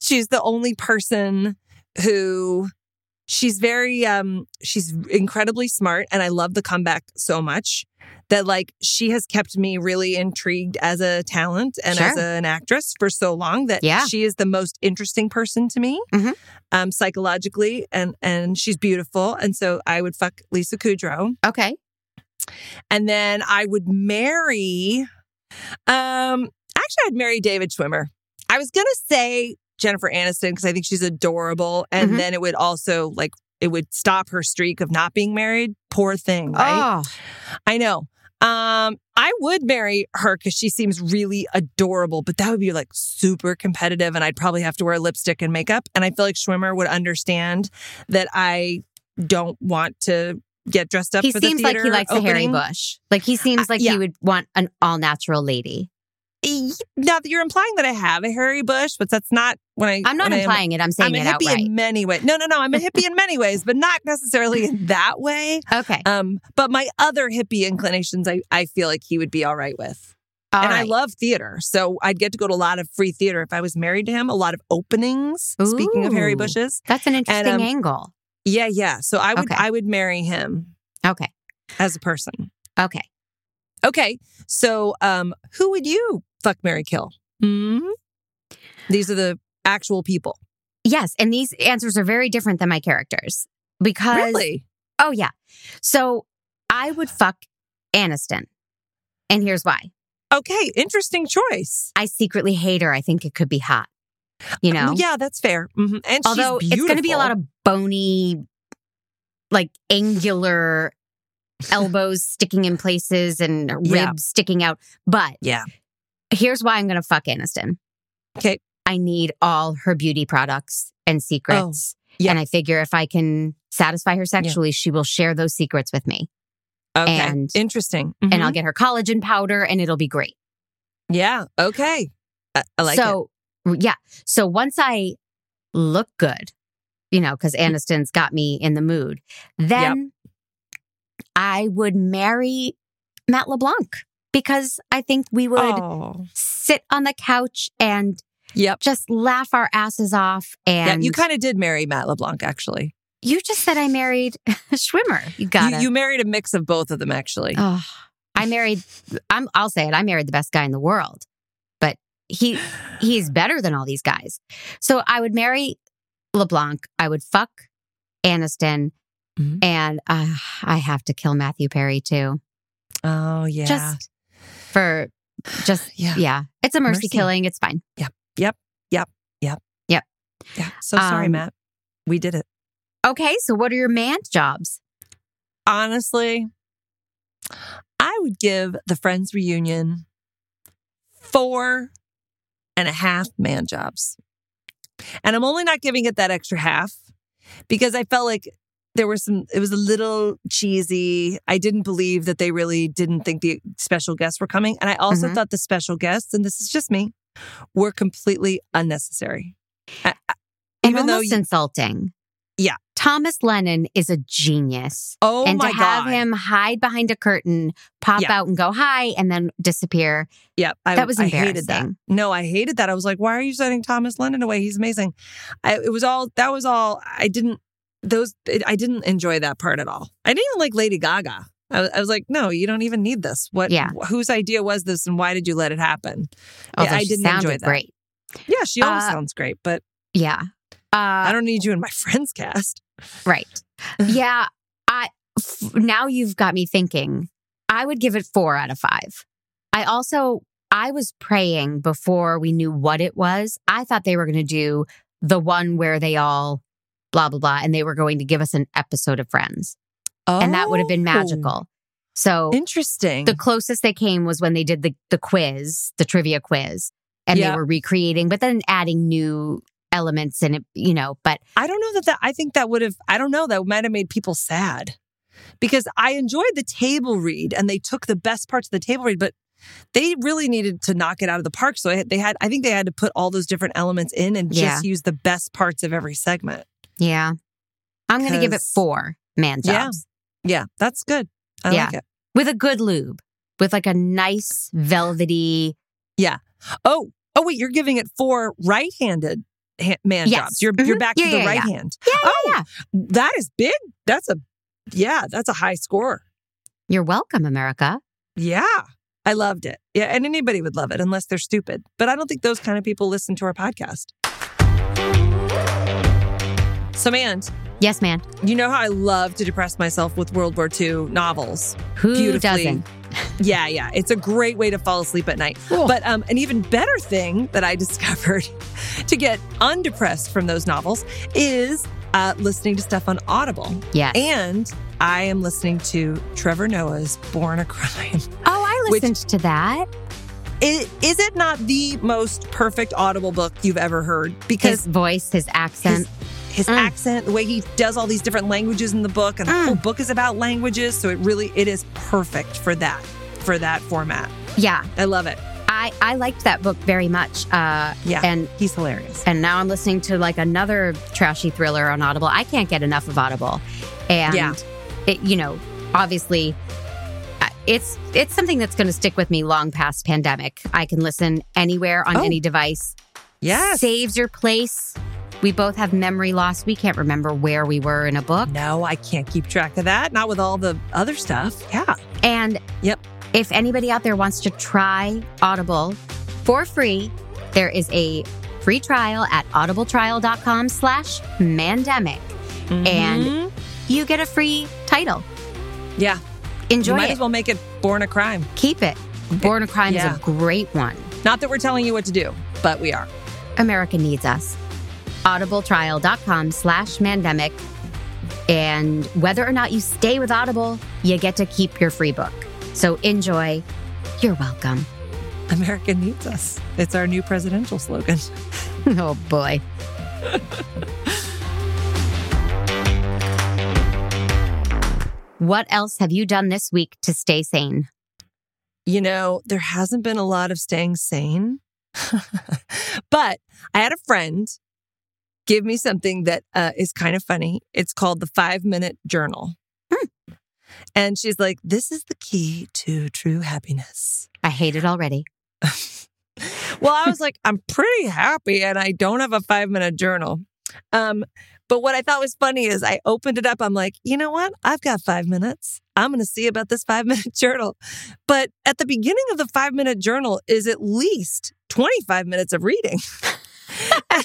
Speaker 2: she's the only person who she's very um she's incredibly smart and i love the comeback so much that like she has kept me really intrigued as a talent and as
Speaker 1: Sure.
Speaker 2: an actress for so long that
Speaker 1: Yeah.
Speaker 2: she is the most interesting person to me
Speaker 1: Mhm.
Speaker 2: um psychologically and and she's beautiful and so i would fuck lisa kudrow
Speaker 1: Okay.
Speaker 2: and then i would marry um actually i'd marry david schwimmer i was gonna say jennifer aniston because i think she's adorable and
Speaker 1: Mhm.
Speaker 2: then it would also like it would stop her streak of not being married poor thing right
Speaker 1: Oh,
Speaker 2: I know. Um, I would marry her because she seems really adorable, but that would be like super competitive, and I'd probably have to wear lipstick and makeup. And I feel like Schwimmer would understand that I don't want to get dressed up.
Speaker 1: he
Speaker 2: for
Speaker 1: seems
Speaker 2: the
Speaker 1: like he
Speaker 2: theater
Speaker 1: likes a hairy
Speaker 2: opening. Uh,
Speaker 1: bush. Like he seems like
Speaker 2: yeah.
Speaker 1: he would want an all natural lady.
Speaker 2: E- Now that you're implying that I have a hairy bush, but that's not when I.
Speaker 1: I'm not
Speaker 2: when I am-
Speaker 1: implying it. I'm
Speaker 2: I'm
Speaker 1: saying
Speaker 2: a
Speaker 1: it
Speaker 2: hippie
Speaker 1: outright.
Speaker 2: in many ways. No, no, no. I'm a hippie in many ways, but not necessarily in that way.
Speaker 1: okay.
Speaker 2: Um, but my other hippie inclinations, I, I feel like he would be all right with.
Speaker 1: All
Speaker 2: and I
Speaker 1: right.
Speaker 2: love theater. So I'd get to go to a lot of free theater if I was married to him, a lot of openings. Speaking of Harry
Speaker 1: Ooh.
Speaker 2: Bushes.
Speaker 1: That's an interesting
Speaker 2: um,
Speaker 1: angle.
Speaker 2: Yeah, yeah. So I would
Speaker 1: Okay.
Speaker 2: I would marry him
Speaker 1: Okay.
Speaker 2: as a person.
Speaker 1: Okay.
Speaker 2: Okay. So um who
Speaker 1: Mm-hmm.
Speaker 2: would you fuck Mary Kill? Hmm? These are the actual people.
Speaker 1: Yes. And these answers are very different than my characters because.
Speaker 2: Really?
Speaker 1: Oh, yeah. So I would fuck Aniston. And here's why
Speaker 2: Okay, interesting choice.
Speaker 1: I secretly hate her. I think it could be hot. You know?
Speaker 2: Well, yeah, that's fair. Mhm. And
Speaker 1: Although
Speaker 2: she's
Speaker 1: it's going to be a lot
Speaker 2: beautiful.
Speaker 1: of bony, like angular elbows sticking in places and ribs
Speaker 2: Yeah.
Speaker 1: sticking out. But
Speaker 2: yeah.
Speaker 1: here's why I'm going to fuck Aniston.
Speaker 2: 'Kay.
Speaker 1: I need all her beauty products and secrets.
Speaker 2: Oh, yeah.
Speaker 1: And I figure if I can satisfy her sexually, she will share those secrets with me
Speaker 2: Okay,
Speaker 1: and-
Speaker 2: interesting.
Speaker 1: and
Speaker 2: Mhm.
Speaker 1: I'll get her collagen powder and it'll be great.
Speaker 2: yeah. Okay, I, I like it.
Speaker 1: so, yeah. So once I look good, you know, because
Speaker 2: Mm.
Speaker 1: Aniston's got me in the mood, then I would marry Matt LeBlanc because I think we would
Speaker 2: Oh.
Speaker 1: sit on the couch and
Speaker 2: Yep.
Speaker 1: just laugh our asses off.
Speaker 2: Yeah,
Speaker 1: And
Speaker 2: you kind of did marry Matt LeBlanc, actually.
Speaker 1: you just said I married Schwimmer. You got
Speaker 2: you,
Speaker 1: it.
Speaker 2: you married a mix of both of them, actually.
Speaker 1: Oh, I married. I'm. I'll say it. I married the best guy in the world, but he he's better than all these guys. So I would marry LeBlanc. I would fuck Aniston,
Speaker 2: Mhm.
Speaker 1: and uh, I have to kill Matthew Perry too,
Speaker 2: Oh, yeah.
Speaker 1: just for just
Speaker 2: yeah.
Speaker 1: yeah. It's a mercy,
Speaker 2: Mercy.
Speaker 1: killing. It's fine.
Speaker 2: Yeah. So sorry,
Speaker 1: Um,
Speaker 2: Matt. We did it.
Speaker 1: Okay. So what are your man jobs?
Speaker 2: Honestly, I would give the Friends reunion four and a half man jobs. And I'm only not giving it that extra half because I felt like there were some, it was a little cheesy. I didn't believe that they really didn't think the special guests were coming. And I also
Speaker 1: Mhm.
Speaker 2: thought the special guests, and this is just me, were completely unnecessary. I- I-
Speaker 1: And
Speaker 2: even though
Speaker 1: almost
Speaker 2: you-
Speaker 1: insulting.
Speaker 2: Yeah.
Speaker 1: Thomas Lennon is a genius.
Speaker 2: oh
Speaker 1: and
Speaker 2: my
Speaker 1: to have
Speaker 2: God.
Speaker 1: him hide behind a curtain, pop
Speaker 2: Yeah.
Speaker 1: out and go hi, and then disappear.
Speaker 2: Yep. I,
Speaker 1: That was
Speaker 2: I hated that.
Speaker 1: embarrassing.
Speaker 2: No, I hated that. I was like, why are you sending Thomas Lennon away? He's amazing. I, it was all, that was all, I didn't, those, it, I didn't enjoy that part at all. I didn't even like Lady Gaga. I was, I was like, no, you don't even need this. What,
Speaker 1: Yeah.
Speaker 2: whose idea was this and why did you let it happen?
Speaker 1: Although
Speaker 2: I
Speaker 1: she
Speaker 2: didn't
Speaker 1: sounded
Speaker 2: enjoy that.
Speaker 1: great.
Speaker 2: Yeah, she always
Speaker 1: Uh,
Speaker 2: sounds great, but
Speaker 1: Yeah.
Speaker 2: I
Speaker 1: Uh,
Speaker 2: don't need you in my friend's cast.
Speaker 1: right. yeah. I f- now you've got me thinking. I would give it four out of five. I also I was praying before we knew what it was. I thought they were going to do the one where they all blah blah blah, and they were going to give us an episode of Friends,
Speaker 2: Oh,
Speaker 1: and that would have been magical. So
Speaker 2: Interesting.
Speaker 1: The closest they came was when they did the the quiz, the trivia quiz, and
Speaker 2: Yeah.
Speaker 1: they were recreating, but then adding new elements and it, you know. But
Speaker 2: I don't know that that I think that would have I don't know that might have made people sad because I enjoyed the table read and they took the best parts of the table read, but they really needed to knock it out of the park. So they had I think they had to put all those different elements in and
Speaker 1: Yeah.
Speaker 2: just use the best parts of every segment.
Speaker 1: yeah, I'm going to give it
Speaker 2: 'Cause-
Speaker 1: four man
Speaker 2: Yeah.
Speaker 1: jobs
Speaker 2: Yeah, that's good. I
Speaker 1: Yeah.
Speaker 2: like it.
Speaker 1: with a good lube, with like a nice velvety.
Speaker 2: Oh, oh wait, you're giving it four right-handed ha- man
Speaker 1: Yes.
Speaker 2: jobs. You're you're
Speaker 1: Mhm.
Speaker 2: back
Speaker 1: Yeah,
Speaker 2: to the
Speaker 1: yeah,
Speaker 2: right
Speaker 1: yeah.
Speaker 2: hand.
Speaker 1: Yeah, yeah,
Speaker 2: Oh.
Speaker 1: yeah.
Speaker 2: That is big. That's a yeah, that's a high score.
Speaker 1: You're welcome, America.
Speaker 2: Yeah. I loved it. Yeah. And anybody would love it unless they're stupid. But I don't think those kind of people listen to our podcast. So, man,
Speaker 1: Yes, man.
Speaker 2: you know how I love to depress myself with World War II novels.
Speaker 1: Who
Speaker 2: Beautifully.
Speaker 1: doesn't?
Speaker 2: Yeah, yeah. It's a great way to fall asleep at night.
Speaker 1: Cool.
Speaker 2: But um, an even better thing that I discovered to get undepressed from those novels is uh, listening to stuff on Audible.
Speaker 1: Yes.
Speaker 2: And I am listening to Trevor Noah's Born a Crime.
Speaker 1: oh, I
Speaker 2: which-
Speaker 1: listened to that.
Speaker 2: Is, is it not the most perfect audible book you've ever heard?
Speaker 1: His
Speaker 2: Because
Speaker 1: voice, his accent.
Speaker 2: his, his
Speaker 1: Mm.
Speaker 2: accent, the way he does all these different languages in the book, and the
Speaker 1: Mm.
Speaker 2: whole book is about languages. So it really it is perfect for that for that format.
Speaker 1: yeah,
Speaker 2: I love it.
Speaker 1: I I liked that book very much. Uh,
Speaker 2: Yeah,
Speaker 1: and
Speaker 2: he's hilarious.
Speaker 1: and now I'm listening to like another trashy thriller on Audible. I can't get enough of Audible, and
Speaker 2: Yeah.
Speaker 1: it, you know, obviously, uh, it's it's something that's going to stick with me long past pandemic. I can listen anywhere on
Speaker 2: Oh.
Speaker 1: any device.
Speaker 2: Yes.
Speaker 1: saves your place. We both have memory loss. We can't remember where we were in a book,
Speaker 2: No, I can't keep track of that. Not with all the other stuff. Yeah.
Speaker 1: and
Speaker 2: Yep.
Speaker 1: if anybody out there wants to try Audible for free, there is a free trial at audibletrial.com slash mandemic. And
Speaker 2: Mm-hmm.
Speaker 1: you get a free title.
Speaker 2: Yeah.
Speaker 1: Enjoy
Speaker 2: you might
Speaker 1: it.
Speaker 2: as well make it Born a Crime.
Speaker 1: Keep it. Born a Crime
Speaker 2: yeah.
Speaker 1: is a great one.
Speaker 2: Not that we're telling you what to do, but we are.
Speaker 1: America needs us. Audibletrial.com slash mandemic. And whether or not you stay with Audible, you get to keep your free book. So enjoy. You're welcome.
Speaker 2: America needs us. It's our new presidential slogan.
Speaker 1: Oh boy. what else have you done this week to stay sane?
Speaker 2: You know, there hasn't been a lot of staying sane, but I had a friend give me something that uh, is kind of funny. It's called the five minute journal. And she's like, this is the key to true happiness.
Speaker 1: I hate it already.
Speaker 2: Well, I was like, I'm pretty happy and I don't have a five minute journal. Um, but what I thought was funny is I opened it up. I'm like, you know what? I've got five minutes. I'm going to see about this five minute journal. But at the beginning of the five minute journal is at least 25 minutes of reading. and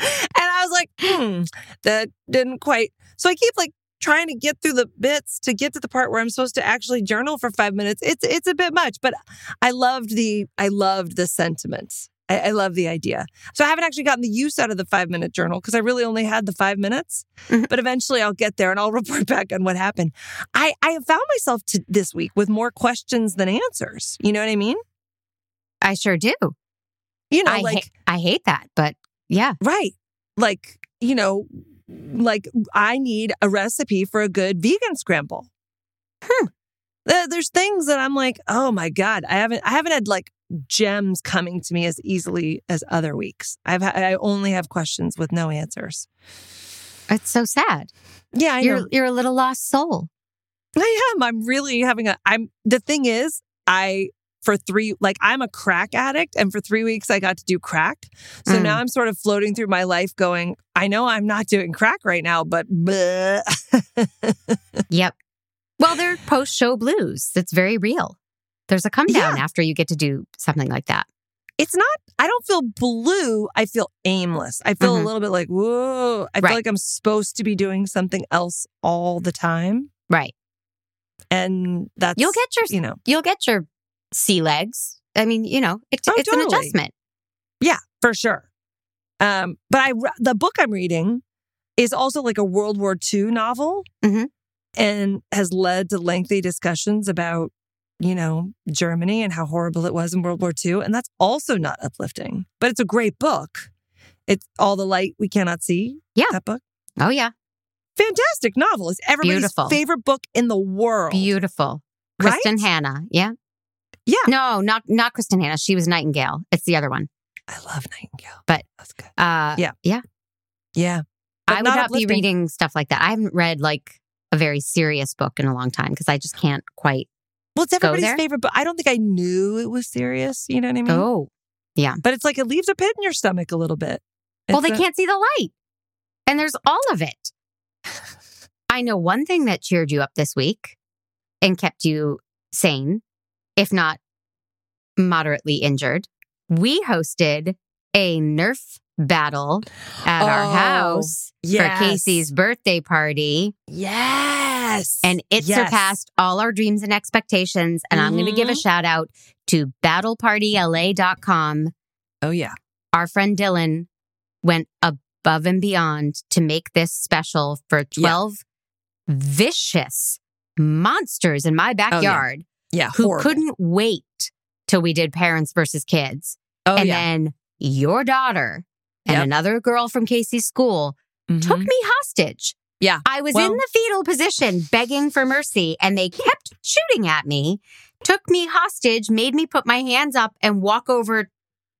Speaker 2: I was like, hmm, that didn't quite. So I keep like, trying to get through the bits to get to the part where I'm supposed to actually journal for 5 minutes. It's it's a bit much, but I loved the I loved the sentiment. I, I love the idea. So I haven't actually gotten the use out of the five minute journal because I really only had the five minutes.
Speaker 1: Mhm.
Speaker 2: But eventually I'll get there and I'll report back on what happened. I I have found myself to this week with more questions than answers. You know what I mean?
Speaker 1: I sure do.
Speaker 2: You know,
Speaker 1: I,
Speaker 2: like
Speaker 1: ha- I hate that, but yeah.
Speaker 2: right, like you know, like I need a recipe for a good vegan scramble. Hmm. There- There's things that I'm like, oh my god, I haven't I haven't had like gems coming to me as easily as other weeks. I've ha- I only have questions with no answers.
Speaker 1: It's so sad.
Speaker 2: Yeah, I
Speaker 1: you're
Speaker 2: know.
Speaker 1: you're a little lost soul.
Speaker 2: I am. I'm really having a. I'm the thing is, I for three like I'm a crack addict, and for three weeks I got to do crack. So
Speaker 1: Mm.
Speaker 2: now I'm sort of floating through my life, going, I know I'm not doing crack right now, but bleh.
Speaker 1: Yep. Well, they're post show blues. It's very real. There's a come down after you get to do something like that.
Speaker 2: it's not. I don't feel blue. I feel aimless. I feel
Speaker 1: Mhm.
Speaker 2: a little bit like whoa. I
Speaker 1: Right.
Speaker 2: feel like I'm supposed to be doing something else all the time,
Speaker 1: Right.
Speaker 2: and that's
Speaker 1: You'll get your
Speaker 2: you know
Speaker 1: you'll get your sea legs. I mean, you know, it,
Speaker 2: Oh,
Speaker 1: it's an
Speaker 2: totally.
Speaker 1: adjustment.
Speaker 2: for sure. Um, but I re- the book I'm reading is also like a World War II novel,
Speaker 1: Mhm.
Speaker 2: and has led to lengthy discussions about you know Germany and how horrible it was in World War II, and that's also not uplifting. But it's a great book. It's all the light we cannot see.
Speaker 1: Yeah.
Speaker 2: that book,
Speaker 1: Oh yeah,
Speaker 2: fantastic novel. It's everybody's
Speaker 1: Beautiful.
Speaker 2: favorite book in the world.
Speaker 1: beautiful.
Speaker 2: Right?
Speaker 1: Kristen Hannah, yeah,
Speaker 2: Yeah.
Speaker 1: No, not not Kristen Hannah. She was Nightingale. It's the other one.
Speaker 2: I love Nightingale,
Speaker 1: But-
Speaker 2: that's good.
Speaker 1: Uh,
Speaker 2: Yeah.
Speaker 1: yeah.
Speaker 2: Yeah,
Speaker 1: I would not be reading stuff like that. I haven't read like a very serious book in a long time because I just can't quite.
Speaker 2: Well, it's
Speaker 1: Go
Speaker 2: everybody's
Speaker 1: there.
Speaker 2: favorite book. I don't think I knew it was serious. You know what I mean?
Speaker 1: Oh,
Speaker 2: But it's like it leaves a pit in your stomach a little bit.
Speaker 1: well,
Speaker 2: It's
Speaker 1: they
Speaker 2: a-
Speaker 1: can't see the light, and there's all of it. I know one thing that cheered you up this week and kept you sane, if not moderately injured. We hosted a Nerf battle at
Speaker 2: Oh,
Speaker 1: our house
Speaker 2: yes.
Speaker 1: for Casey's birthday party,
Speaker 2: Yes.
Speaker 1: and it
Speaker 2: Yes.
Speaker 1: surpassed all our dreams and expectations. And I'm going to give a
Speaker 2: Mhm.
Speaker 1: shout out to battlepartyla.com.
Speaker 2: Oh, yeah.
Speaker 1: Our friend Dylan went above and beyond to make this special for 12 vicious monsters in my backyard
Speaker 2: Yeah.
Speaker 1: who
Speaker 2: Oh, horrible.
Speaker 1: couldn't wait till we did parents versus kids.
Speaker 2: Oh,
Speaker 1: and
Speaker 2: yeah.
Speaker 1: then your daughter and
Speaker 2: Yep.
Speaker 1: another girl from Casey's school took
Speaker 2: Mhm.
Speaker 1: me hostage.
Speaker 2: Yeah.
Speaker 1: I was
Speaker 2: Well-
Speaker 1: in the fetal position begging for mercy, and they kept shooting at me, took me hostage, made me put my hands up and walk over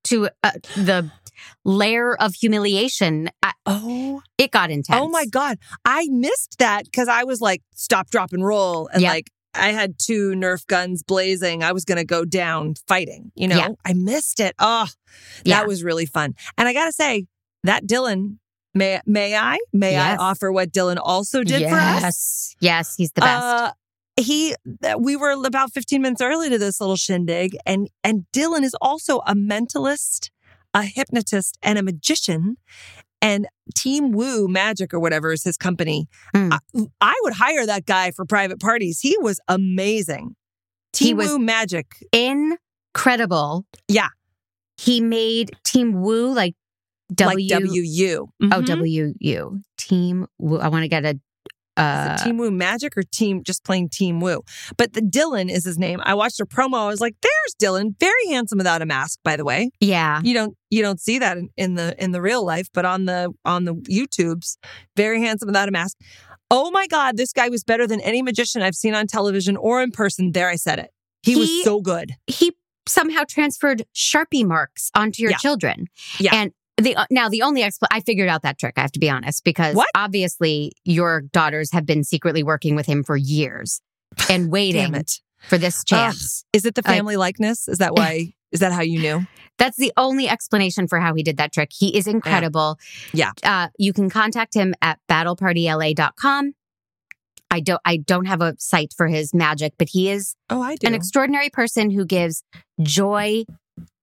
Speaker 1: to uh, the layer of humiliation. I,
Speaker 2: Oh,
Speaker 1: it got intense.
Speaker 2: oh my God. I missed that because I was like, stop, drop, and roll. And
Speaker 1: Yeah.
Speaker 2: like, I had two Nerf guns blazing. I was going to go down fighting. You know,
Speaker 1: Yeah.
Speaker 2: I missed it. Oh,
Speaker 1: Yeah.
Speaker 2: that was really fun. And I got to say, that Dylan, may, may I? May
Speaker 1: Yes.
Speaker 2: I offer what Dylan also did for us?
Speaker 1: yes. Yes, he's the best.
Speaker 2: Uh, he, th- we were about 15 minutes early to this little shindig, and and Dylan is also a mentalist, a hypnotist, and a magician. And Team Woo Magic or whatever is his company.
Speaker 1: Mm.
Speaker 2: I, I would hire that guy for private parties. He was amazing.
Speaker 1: He
Speaker 2: Team
Speaker 1: was-
Speaker 2: Woo Magic.
Speaker 1: Incredible.
Speaker 2: Yeah.
Speaker 1: He made Team Woo like W.
Speaker 2: like WU.
Speaker 1: Oh,
Speaker 2: Mhm.
Speaker 1: W U. Team Woo. I want to get a.
Speaker 2: Mm-hmm. Is
Speaker 1: Uh,
Speaker 2: it Team Woo Magic or Team just plain Team Woo? But the Dylan is his name. I watched a promo. I was like, "There's Dylan, very handsome without a mask." By the way,
Speaker 1: yeah.
Speaker 2: you don't you don't see that in, in the in the real life, but on the on the YouTubes, very handsome without a mask. Oh my God, this guy was better than any magician I've seen on television or in person. There, I said it. He,
Speaker 1: He-
Speaker 2: was so good.
Speaker 1: He somehow transferred Sharpie marks onto your
Speaker 2: Yeah.
Speaker 1: children.
Speaker 2: Yeah.
Speaker 1: And the uh, now the only expl- I figured out that trick. I have to be honest because
Speaker 2: What?
Speaker 1: obviously your daughters have been secretly working with him for years and
Speaker 2: Damn
Speaker 1: waiting
Speaker 2: it!
Speaker 1: for this chance.
Speaker 2: Is it the
Speaker 1: Like-
Speaker 2: family likeness? Is that why? Is that how you knew?
Speaker 1: That's the only explanation for how he did that trick. He is incredible.
Speaker 2: Yeah.
Speaker 1: Uh, you can contact him at battlepartyla.com. I don't I don't have a site for his magic, but he is
Speaker 2: Oh, I do.
Speaker 1: an extraordinary person who gives joy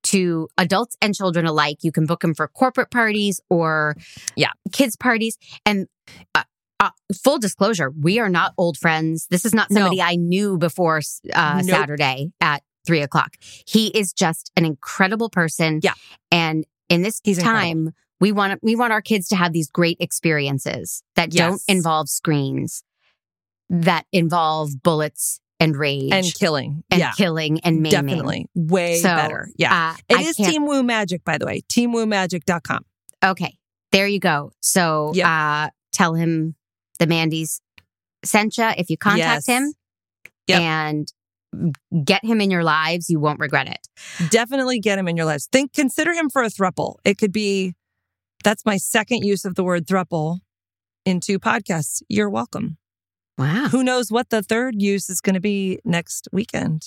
Speaker 1: to adults and children alike. You can book him for corporate parties or
Speaker 2: Yeah.
Speaker 1: kids parties. And uh, uh, full disclosure, we are not old friends. This is not
Speaker 2: No.
Speaker 1: somebody I knew before uh,
Speaker 2: Nope.
Speaker 1: Saturday at three o'clock. He is just an incredible person.
Speaker 2: Yeah.
Speaker 1: and in this
Speaker 2: He's
Speaker 1: time.
Speaker 2: incredible.
Speaker 1: We want we want our kids to have these great experiences that don't
Speaker 2: Yes.
Speaker 1: involve screens, that involve bullets and rage
Speaker 2: and killing.
Speaker 1: and
Speaker 2: yeah,
Speaker 1: killing and maiming.
Speaker 2: definitely way
Speaker 1: So,
Speaker 2: better. Yeah.
Speaker 1: Uh,
Speaker 2: It
Speaker 1: I
Speaker 2: is
Speaker 1: can't-
Speaker 2: Team Woo Magic, by the way. TeamWooMagic.com.
Speaker 1: Okay, there you go. So
Speaker 2: Yep.
Speaker 1: uh, tell him the Mandy's sent ya if you contact
Speaker 2: Yes.
Speaker 1: him
Speaker 2: Yep.
Speaker 1: and get him in your lives. You won't regret it.
Speaker 2: Definitely get him in your lives. Think, consider him for a thruple. It could be. That's my second use of the word thruple in two podcasts. You're welcome.
Speaker 1: Wow.
Speaker 2: Who knows what the third use is going to be next weekend,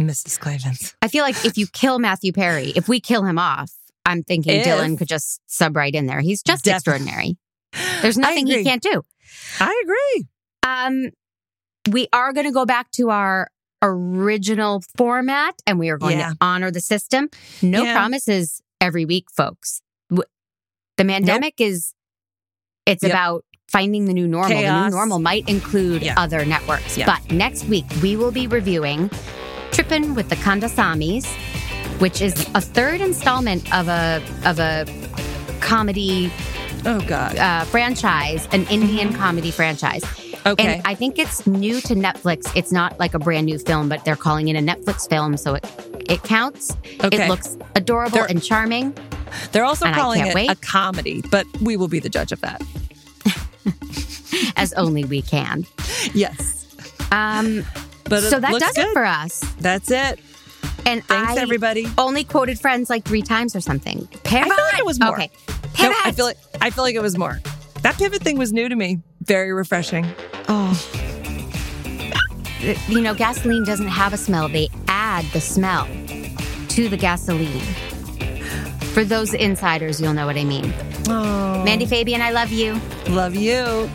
Speaker 2: Mrs. Clavins?
Speaker 1: I feel like if you kill Matthew Perry, if we kill him off, I'm thinking
Speaker 2: If-
Speaker 1: Dylan could just sub right in there. He's just
Speaker 2: Def-
Speaker 1: extraordinary. There's nothing he can't do.
Speaker 2: I agree.
Speaker 1: Um, we are going to go back to our original format and we are going
Speaker 2: Yeah.
Speaker 1: to honor the system. No
Speaker 2: Yeah.
Speaker 1: promises every week, folks. W- The pandemic is, it's
Speaker 2: Yep.
Speaker 1: about finding the new normal. The new
Speaker 2: Chaos.
Speaker 1: normal might include
Speaker 2: Yeah.
Speaker 1: other networks.
Speaker 2: Yeah.
Speaker 1: But next week, we will be reviewing Trippin' with the Kandasamis, which is a third installment of a, of a comedy
Speaker 2: Oh God.
Speaker 1: uh, franchise, an Indian comedy franchise.
Speaker 2: Okay.
Speaker 1: And I think it's new to Netflix. It's not like a brand new film, but they're calling it a Netflix film, so it it counts.
Speaker 2: Okay.
Speaker 1: It looks adorable
Speaker 2: They're-
Speaker 1: and charming.
Speaker 2: They're also
Speaker 1: and I
Speaker 2: calling
Speaker 1: can't
Speaker 2: it
Speaker 1: wait.
Speaker 2: a comedy, but we will be the judge of that.
Speaker 1: As only we can.
Speaker 2: Yes.
Speaker 1: Um,
Speaker 2: But
Speaker 1: so
Speaker 2: it
Speaker 1: that
Speaker 2: looks
Speaker 1: does
Speaker 2: good.
Speaker 1: it for us.
Speaker 2: That's it.
Speaker 1: And
Speaker 2: Thanks
Speaker 1: I
Speaker 2: everybody.
Speaker 1: only quoted Friends like three times or something. Pivot.
Speaker 2: I feel like it was more.
Speaker 1: Okay. Pivot.
Speaker 2: No, I feel like I feel like it was more. That pivot thing was new to me. Very refreshing.
Speaker 1: oh. You know, gasoline doesn't have a smell. They add the smell to the gasoline. For those insiders, you'll know what I mean.
Speaker 2: Oh,
Speaker 1: Mandy Fabian, I love you.
Speaker 2: love you.